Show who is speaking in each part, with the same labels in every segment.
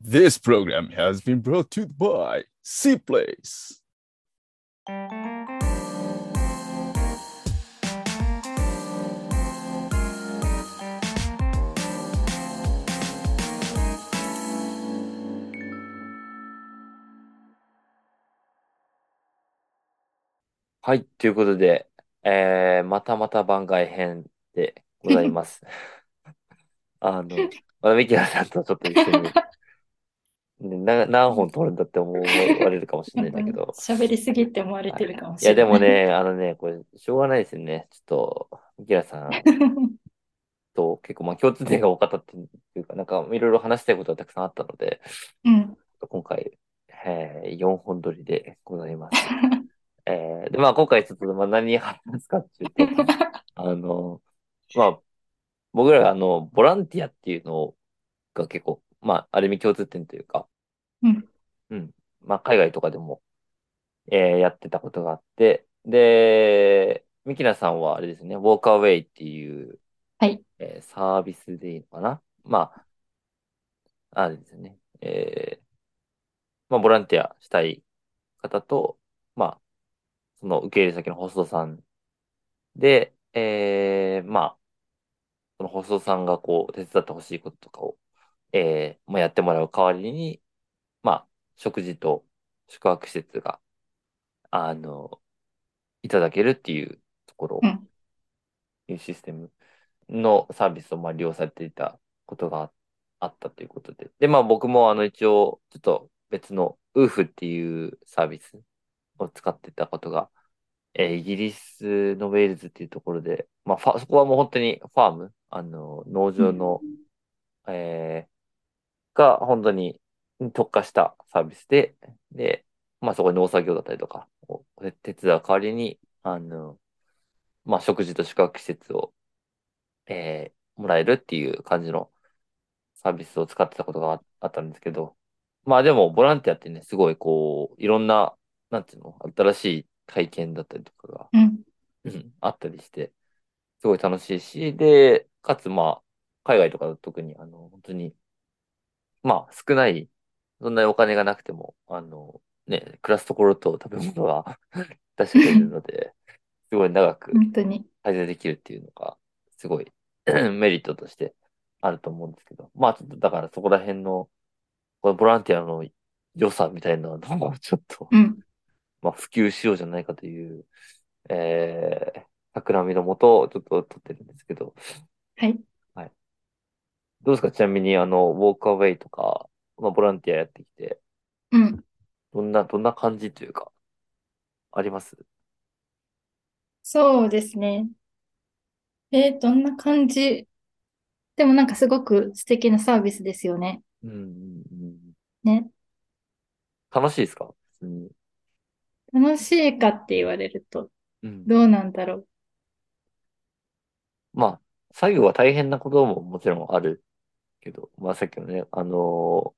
Speaker 1: This program has been brought to you by C Place.
Speaker 2: はい、ということで、えー、またまた番外編でございます。 あの、まだミキラさんとちょっと一緒に、ね、な、何本撮るんだって思われるかもしれないんだけど、
Speaker 3: 喋りすぎって思われてるかも
Speaker 2: い
Speaker 3: し
Speaker 2: や、
Speaker 3: れ
Speaker 2: で
Speaker 3: ない。
Speaker 2: もね、あのね、これ、しょうがないですよね。ちょっと、ミキラさんと結構、まあ、共通点が多かったっていうか、なんか、いろいろ話したいことがたくさんあったので、
Speaker 3: うん。
Speaker 2: 今回、えー、4本撮りでございます。えー、で、まあ、今回ちょっと、まあ、何話すかっていう と、あの、まあ、僕らがあの、ボランティアっていうのが結構、まあ、ある意味共通点というか、
Speaker 3: うん。
Speaker 2: うん。まあ、海外とかでも、えーやってたことがあって、で、ミキナさんはあれですね、ウォーカーウェイっていう、
Speaker 3: はい
Speaker 2: えーサービスでいいのかなまあ、あれですね、えーまあ、ボランティアしたい方と、まあ、その受け入れ先のホストさんで、えー、まあ、そのホストさんがこう、手伝ってほしいこととかを、えー、まあ、やってもらう代わりに、まあ、食事と宿泊施設が、あの、いただけるっていうところ
Speaker 3: うん、
Speaker 2: いうシステムのサービスをまあ利用されていたことがあったということで。で、まあ僕もあの一応、ちょっと別の UF っていうサービスを使ってたことが、えーイギリスのウェールズっていうところで、まあファそこはもう本当にファーム、あの、農場の、えーが本当に特化したサービスで、で、まあそこに農作業だったりとかを手伝う代わりに、あの、まあ食事と宿泊施設を、えーもらえるっていう感じのサービスを使ってたことがああったんですけど、まあでもボランティアってね、すごいこう、いろんな、なんていうの、新しい体験だったりとかが、
Speaker 3: うん。
Speaker 2: うんあったりして、すごい楽しいし、で、かつまあ、海外とかだと特に、あの、本当に、まあ、少ない、そんなにお金がなくても、あの、ね、暮らすところと食べ物 が出してくれるので、すごい長く
Speaker 3: 本当に。
Speaker 2: 滞在できるっていうのが、すごい メリットとしてあると思うんですけど、まあ、ちょっとだからそこら辺の、このボランティアの良さみたいなのをちょっと、
Speaker 3: うん。
Speaker 2: まあ、普及しようじゃないかという、えー、企みのもと、ちょっと撮ってるんですけど、
Speaker 3: はい。
Speaker 2: どうですかちなみに、あの、ウォークアウェイとか、まあ、ボランティアやってきて、
Speaker 3: うん。
Speaker 2: どんな、どんな感じというか、あります
Speaker 3: そうですね。えー、どんな感じでもなんかすごく素敵なサービスですよね。
Speaker 2: うんうんうん。
Speaker 3: ね。
Speaker 2: 楽しいですか普通に。
Speaker 3: 楽しいかって言われると、
Speaker 2: うん。
Speaker 3: どうなんだろう。
Speaker 2: まあ、作業は大変なことももちろんあるけど、まあさっきのね、あのー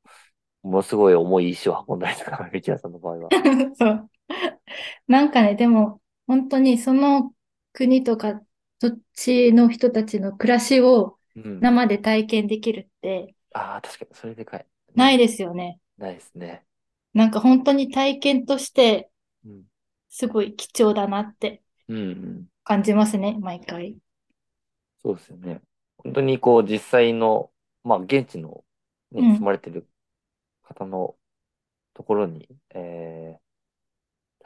Speaker 2: ものすごい重い石を運んだりとか、ミキラさんの場合 は。
Speaker 3: そう。 なんかね、でも、本当にその国とか土地の人たちの暮らしを
Speaker 2: うん。
Speaker 3: 生で体験できるって
Speaker 2: ああ、確かに、それでかい。
Speaker 3: ない
Speaker 2: い。
Speaker 3: ですよね。
Speaker 2: ないですね。
Speaker 3: なんか本当に体験として
Speaker 2: うん。
Speaker 3: すごい貴重だなって
Speaker 2: うんうん。
Speaker 3: 感じますね、毎回。
Speaker 2: そうですよね。本当にこう実際の、まあ現地の、ね、
Speaker 3: うん
Speaker 2: 住まれてる方のところに、えー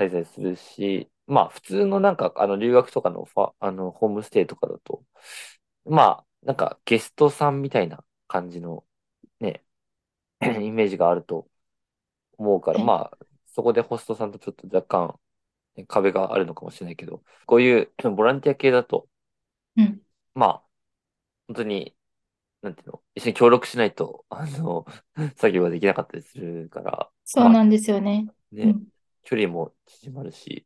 Speaker 2: 滞在するし、まあ普通のなんかあの留学とかのファ、あのホームステイとかだと、まあなんかゲストさんみたいな感じのね、 イメージがあると思うから、
Speaker 3: はい
Speaker 2: まあそこでホストさんとちょっと若干ね壁があるのかもしれないけど、こういうボランティア系だと、
Speaker 3: うん。
Speaker 2: まあ、本当に、なんていうの、一緒に協力しないと、 あの、作業ができなかったりするから、
Speaker 3: そうなんですよね。
Speaker 2: ね、
Speaker 3: うん
Speaker 2: 距離も縮まるし、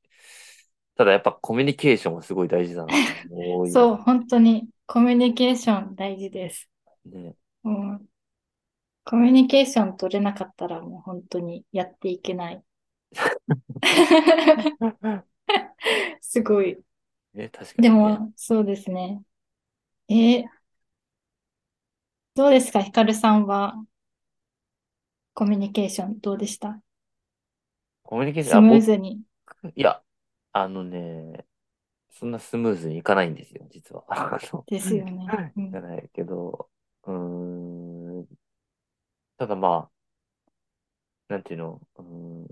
Speaker 2: ただやっぱコミュニケーションもすごい大事だなと思い
Speaker 3: そう、本当にコミュニケーション大事です。
Speaker 2: ね。
Speaker 3: うん。コミュニケーション取れなかったらもう本当にやっていけ ない。すごい。
Speaker 2: ね、確か
Speaker 3: で
Speaker 2: にね。
Speaker 3: も、そうですね。えーどうですか、ヒカルさんは。コミュニケーションどうでした
Speaker 2: コミュニケーション、
Speaker 3: ス
Speaker 2: あ
Speaker 3: ム
Speaker 2: 僕
Speaker 3: ーズに。
Speaker 2: いや、あのね、そんなスムーズにいかないんですよ、実 は。あの
Speaker 3: ですよね。うん
Speaker 2: じゃないけど、うーん。ただまあ、なんていうの、うーん、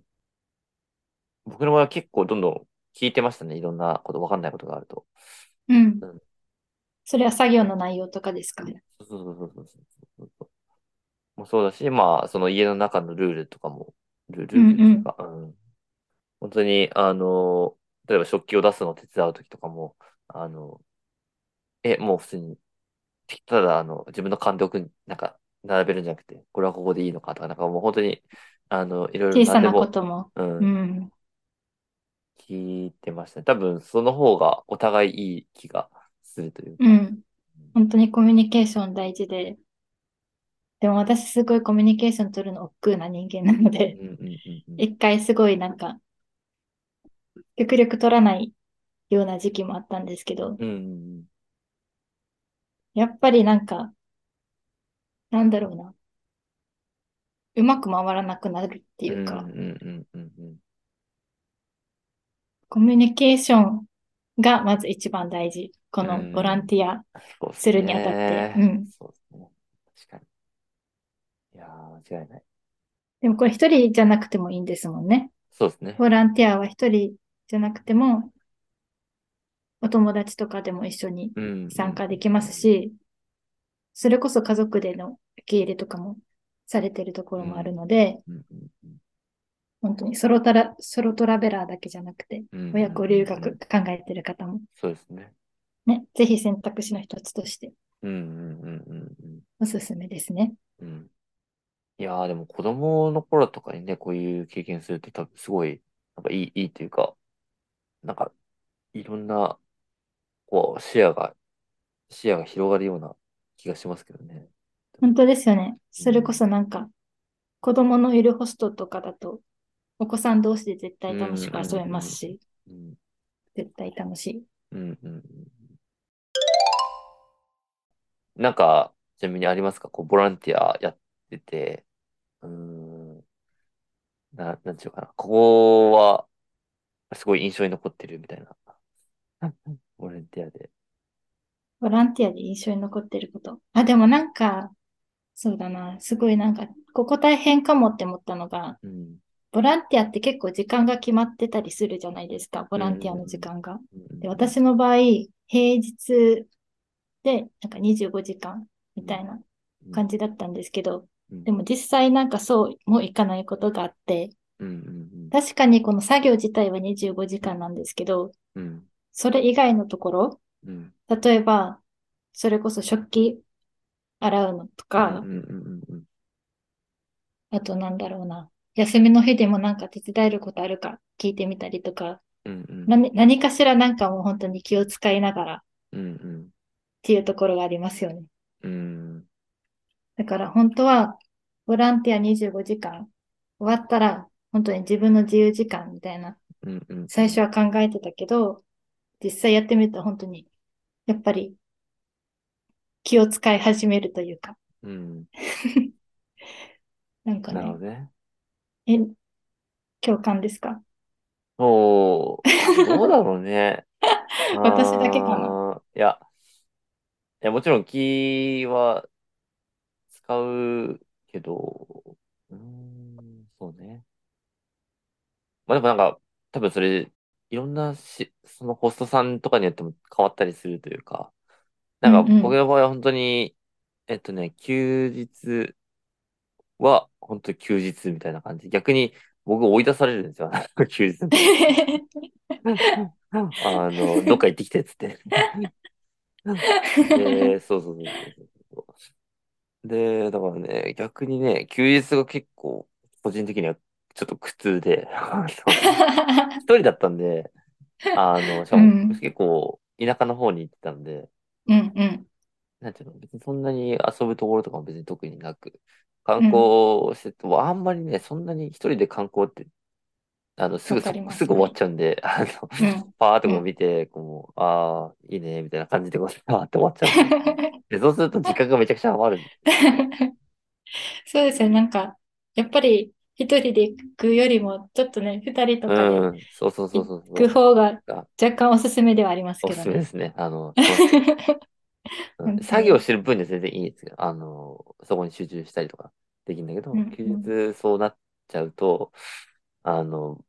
Speaker 2: 僕の場合は結構どんどん聞いてましたね。いろんなこと、わかんないことがあると。
Speaker 3: うん
Speaker 2: うん。
Speaker 3: それは作業の内容とかですかね。
Speaker 2: そうそうそうそうそうそう。もうそうだし、まあ、その家の中のルールとかも、ルルールとか、うん。本当に、あの、例えば食器を出すのを手伝うときとかも、あの、え、もう普通に、ただ、あの、自分の勘で置く、なんか、並べるんじゃなくて、これはここでいいのかとか、なんかもう本当に、あの、いろいろ
Speaker 3: 小さ
Speaker 2: 何で
Speaker 3: なこ
Speaker 2: も、
Speaker 3: とも。
Speaker 2: うん
Speaker 3: う、ん。
Speaker 2: 聞いてましたね。多分、その方がお互いいい気がするというか。
Speaker 3: うん。本当にコミュニケーション大事で。でも私すごいコミュニケーション取るの億劫な人間なの
Speaker 2: うん
Speaker 3: で、
Speaker 2: うんうんうん。
Speaker 3: 一回すごいなんか、極力取らないような時期もあったんですけど、
Speaker 2: うんうん
Speaker 3: やっぱりなんか、なんだろうな。うまく回らなくなるって
Speaker 2: うん。
Speaker 3: いうか、
Speaker 2: うんうんうんうんうん。
Speaker 3: コミュニケーションがまず一番大事。このボランティア。
Speaker 2: そうっ
Speaker 3: するにあたって
Speaker 2: ね
Speaker 3: うん
Speaker 2: そうですね。確かに。いやー、間違いない。
Speaker 3: でもこれ一人じゃなくてもいいんですもんね。
Speaker 2: そうですね。
Speaker 3: ボランティアは一人じゃなくても、お友達とかでも一緒に
Speaker 2: うん。
Speaker 3: 参加できますし、それこそ家族での受け入れとかもされてるところもあるので、
Speaker 2: うんうん
Speaker 3: 本当にソロタラ、ソロトラベラーだけじゃなくて、
Speaker 2: うん、うん
Speaker 3: 親子
Speaker 2: うん
Speaker 3: 留
Speaker 2: う
Speaker 3: 学
Speaker 2: ん
Speaker 3: 考えてる方も
Speaker 2: そうですね。
Speaker 3: ね、ぜひ選択肢の一つとして
Speaker 2: うんうんうんうん
Speaker 3: おすすめですね。
Speaker 2: うん。うんいやー、でも子供の頃とかにね、こういう経験すると多分すごい、なんかいい、いいというか、なんか、いろんな、こう、視野が、視野が広がるような気がしますけどね。
Speaker 3: 本当ですよね。それこそなんか、子供のいるホストとかだと、お子さん同士で絶対楽しく遊べますし、
Speaker 2: うん。
Speaker 3: 絶対楽しい。
Speaker 2: うんうんうんなんか、ちなみにありますかこう、ボランティアやってて、うーん、な、なんちゅうかな。ここは、すごい印象に残ってるみたいな。ボランティアで。
Speaker 3: ボランティアで印象に残ってること。あ、でもなんか、そうだな、すごいなんか、ここ大変かもって思ったのが、
Speaker 2: うん。
Speaker 3: ボランティアって結構時間が決まってたりするじゃないですか、ボランティアの時間が。で、私の場合、平日でなんか25時間みたいな感じだったんですけど、
Speaker 2: うん
Speaker 3: でも実際なんかそうもいかないことがあって、
Speaker 2: うんうん
Speaker 3: 確かにこの作業自体は25時間なんですけど、
Speaker 2: うん。うん
Speaker 3: それ以外のところ、
Speaker 2: うん。
Speaker 3: 例えば、それこそ食器洗うのとか
Speaker 2: う、んうんうんうん。
Speaker 3: あとなんだろうな、休みの日でもなんか手伝えることあるか聞いてみたりとか、
Speaker 2: うんうん。
Speaker 3: 何、何かしらなんかもう本当に気を使いながらっ
Speaker 2: うん
Speaker 3: ていうところがありますよね。
Speaker 2: うん。うん。
Speaker 3: だから本当は、ボランティア25時間終わったら、本当に自分の自由時間みたいな、
Speaker 2: うんうん。
Speaker 3: 最初は考えてたけど、実際やってみると本当に、やっぱり気を使い始めるというか、
Speaker 2: うん。
Speaker 3: なんか
Speaker 2: なる
Speaker 3: ね
Speaker 2: ほ、どね。
Speaker 3: え、共感ですか
Speaker 2: そう、どうだろうね。
Speaker 3: 私だけかな
Speaker 2: な。いや、いや、もちろん気は使うけど、うーん、そうね。まあでもなんか、多分それ、いろんなし、そのホストさんとかによっても変わったりするというか、なんか
Speaker 3: うんうん
Speaker 2: 僕の場合は本当に、えっとね、休日は本当休日みたいな感じ。逆に僕追い出されるんですよ、 なんか休日の時あの、どっか行ってきてっつ って。で、そうそうそうそうそう。で、だからね、逆にね、休日が結構、個人的にはちょっと苦痛で、あの一人だったんで、あ の、しか
Speaker 3: う
Speaker 2: も
Speaker 3: ん
Speaker 2: 結構田舎の方に行ってたんで、
Speaker 3: うんうん。
Speaker 2: なんていうの、別にそんなに遊ぶところとかも別に特になく、観光してても、あんまりね、そんなに一人で観光って、あの、すぐ
Speaker 3: わか
Speaker 2: そ、
Speaker 3: ります
Speaker 2: すぐ終わっちゃうんで、あの、
Speaker 3: うん
Speaker 2: パーってこう見て、こう、ああ、いいね、みたいな感じで、こう、パーって終わっち ゃうんで。で、そうすると時間がめちゃくちゃ余る。
Speaker 3: そうですね、なんか、やっぱり一人で行くよりも、ちょっとね、二人とかで
Speaker 2: うん。そうそうそうそう。
Speaker 3: 行く方が
Speaker 2: が
Speaker 3: 若干おすすめではあります
Speaker 2: お
Speaker 3: け
Speaker 2: す
Speaker 3: ど
Speaker 2: すめで
Speaker 3: ね。
Speaker 2: すね。あ の、
Speaker 3: 本当に
Speaker 2: 作業してる分には全然いいんですよ。あの、そこに集中したりとかできるんだけど、
Speaker 3: うん
Speaker 2: 休日そうなっちゃうと、あの、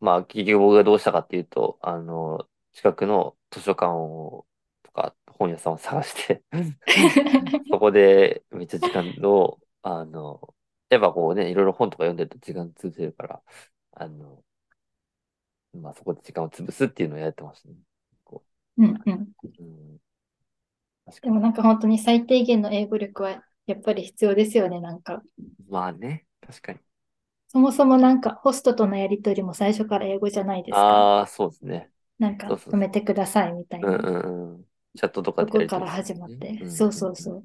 Speaker 2: まあ、結局僕がどうしたかっていうと、あの、近くの図書館を、とか本屋さんを探して、 そこでめっちゃ時間を、あの、やっぱこうね、いろいろ本とか読んでると時間潰せるから、あの、まあそこで時間を潰すっていうのをやってましたね。
Speaker 3: うんうん。
Speaker 2: うん、確か
Speaker 3: で
Speaker 2: に
Speaker 3: もなんか本当に最低限の英語力はやっぱり必要ですよね、なんか。
Speaker 2: まあね、確かに。
Speaker 3: そもそもなんかホストとのやりとりも最初から英語じゃないですか。
Speaker 2: ああ、そうですね。
Speaker 3: なんか
Speaker 2: そうそう
Speaker 3: 止めてくださいみたい
Speaker 2: うんう
Speaker 3: な。
Speaker 2: んうん。チャットとかでやり取り
Speaker 3: そこから始まっ
Speaker 2: ね
Speaker 3: てそうそうそうん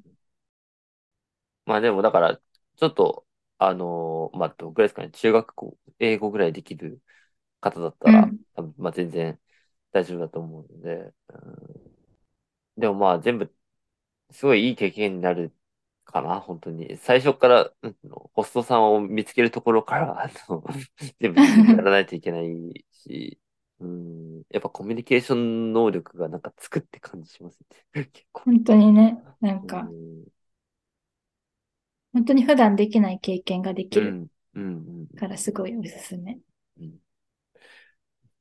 Speaker 2: まあでもだから、ちょっと、あのーまあどうぐらいですかね、中学校、英語ぐらいできる方だったら、
Speaker 3: うん
Speaker 2: 多分まあ全然大丈夫だと思うので、うん、でもまあ全部、すごいいい経験になるかな、本当に。最初から、うんホストさんを見つけるところから、あの、 全部やらないといけないし、うん、やっぱコミュニケーション能力がなんかつくって感じしますね。結構。
Speaker 3: 本当にね、なんか
Speaker 2: うん
Speaker 3: 本当に普段できない経験ができ
Speaker 2: う
Speaker 3: る
Speaker 2: ん、うん、
Speaker 3: からすごいおすすめ。
Speaker 2: うん。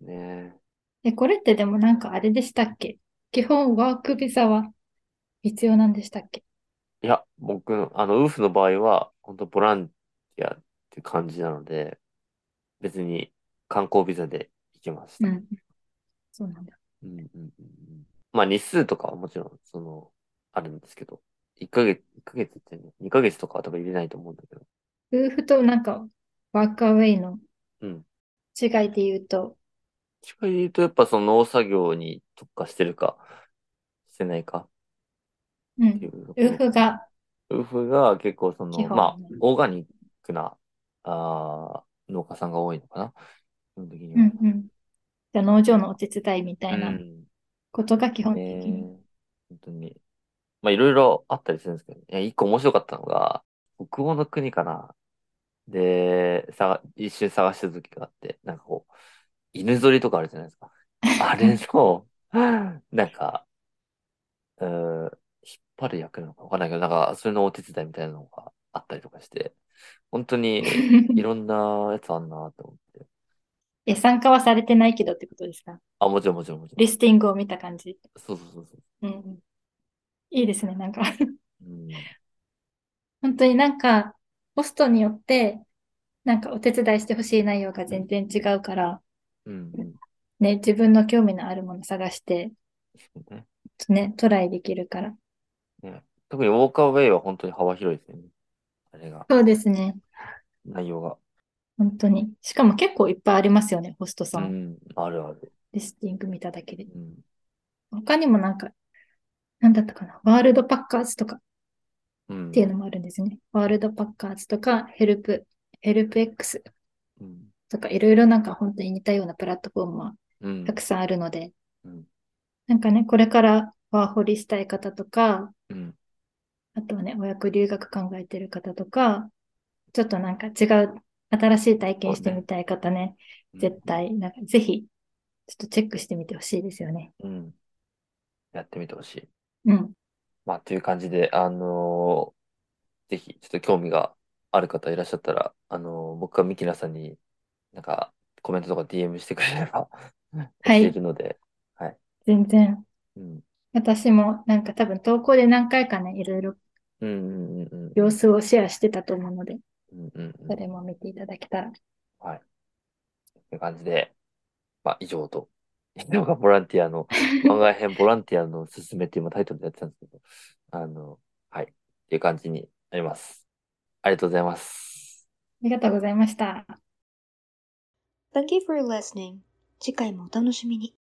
Speaker 2: うん、ね
Speaker 3: え、これってでもなんかあれでしたっけ基本ワークビザは必要なんでしたっけ
Speaker 2: え。いや、僕の、あの、ウーフの場合は、本当ボランティアって感じなので、別に観光ビザで行けまし
Speaker 3: う
Speaker 2: た。
Speaker 3: ん。そうなんだ。
Speaker 2: うんうんうんうんまあ日数とかはもちろん、その、あるんですけど、1ヶ月、1ヶ月ってね、2ヶ月とかは多分入れないと思うんだけど。
Speaker 3: 夫婦となんかワークアウェイの
Speaker 2: うん。
Speaker 3: 違いで言うと、
Speaker 2: 近いで言うと、やっぱその農作業に特化してるか、してないか
Speaker 3: う
Speaker 2: ってい
Speaker 3: ん。
Speaker 2: うところ
Speaker 3: 夫婦が、
Speaker 2: ウーフが結構そ
Speaker 3: 基
Speaker 2: の、
Speaker 3: 本
Speaker 2: まあ、オーガニックな、あー農家さんが多いのかな。基本的に
Speaker 3: う
Speaker 2: は。
Speaker 3: んうん。じゃあ農場のお手伝いみたいな
Speaker 2: うん
Speaker 3: ことが基本的
Speaker 2: ね
Speaker 3: に。
Speaker 2: 本当に。まあ、いろいろあったりするんですけど、ね、一個面白かったのが、北欧の国かな。で、さが一瞬探してた時があって、なんかこう、犬ぞりとかあるじゃないですか。あれの、なんか、うーん、引っ張る役なのかわかんないけど、なんか、それのお手伝いみたいなのがあったりとかして、本当に いろんなやつあんなと思って。
Speaker 3: え、参加はされてないけどってことですか
Speaker 2: あ、もちろんもちろんもちろん。
Speaker 3: リスティングを見た感じ。
Speaker 2: そうそうそうそう。
Speaker 3: うんうん。いいですね。なんか、
Speaker 2: うん
Speaker 3: 本当になんか、ホストによって、なんかお手伝いしてほしい内容が全然違うから、
Speaker 2: うんうん。
Speaker 3: ね、自分の興味のあるもの探して、
Speaker 2: そうね
Speaker 3: ね、トライできるから。
Speaker 2: 特にウォーカーウェイは本当に幅広いですよね。あれが、
Speaker 3: そうですね。
Speaker 2: 内容が。
Speaker 3: 本当に。しかも結構いっぱいありますよね、ホストさ。
Speaker 2: うんん、あるある。
Speaker 3: リスティング見ただけで。
Speaker 2: うん、
Speaker 3: 他にもなんか、なんだったかな、ワールドパッカーズとかっ
Speaker 2: うん
Speaker 3: ていうのもあるんですね。ワールドパッカーズとか、ヘルプ、ヘルプ X
Speaker 2: うん
Speaker 3: とか、いろいろなんか本当に似たようなプラットフォームは
Speaker 2: うん
Speaker 3: たくさんあるので、
Speaker 2: うん
Speaker 3: なんかね、これからワーホリしたい方とか、
Speaker 2: うん
Speaker 3: あとはね、親子留学考えてる方とか、ちょっとなんか違う、新しい体験してみたい方ね、絶対、なんかぜひ、ちょっとチェックしてみてほしいですよね。
Speaker 2: うん。やってみてほしい。
Speaker 3: うん。
Speaker 2: まあ、という感じで、あのーぜひ、ちょっと興味がある方いらっしゃったら、あのー僕がミキナさんに、なんか、コメントとか DM してくれれば、 教
Speaker 3: い
Speaker 2: えるので、
Speaker 3: 全然。
Speaker 2: うん。
Speaker 3: 私もなんか多分投稿で何回かね、いろいろ
Speaker 2: うんうんうんうん。
Speaker 3: 様子をシェアしてたと思うので、
Speaker 2: うんうんうん。
Speaker 3: それも見ていただけたら。
Speaker 2: という感じで、まあ、以上と。以上がボランティアの、番外編ボランティアのすすめって今タイトルでやってたんですけど、あの、はい、っていう感じになります。ありがとうございます。
Speaker 3: ありがとうございました。
Speaker 4: Thank you for listening. 次回もお楽しみに。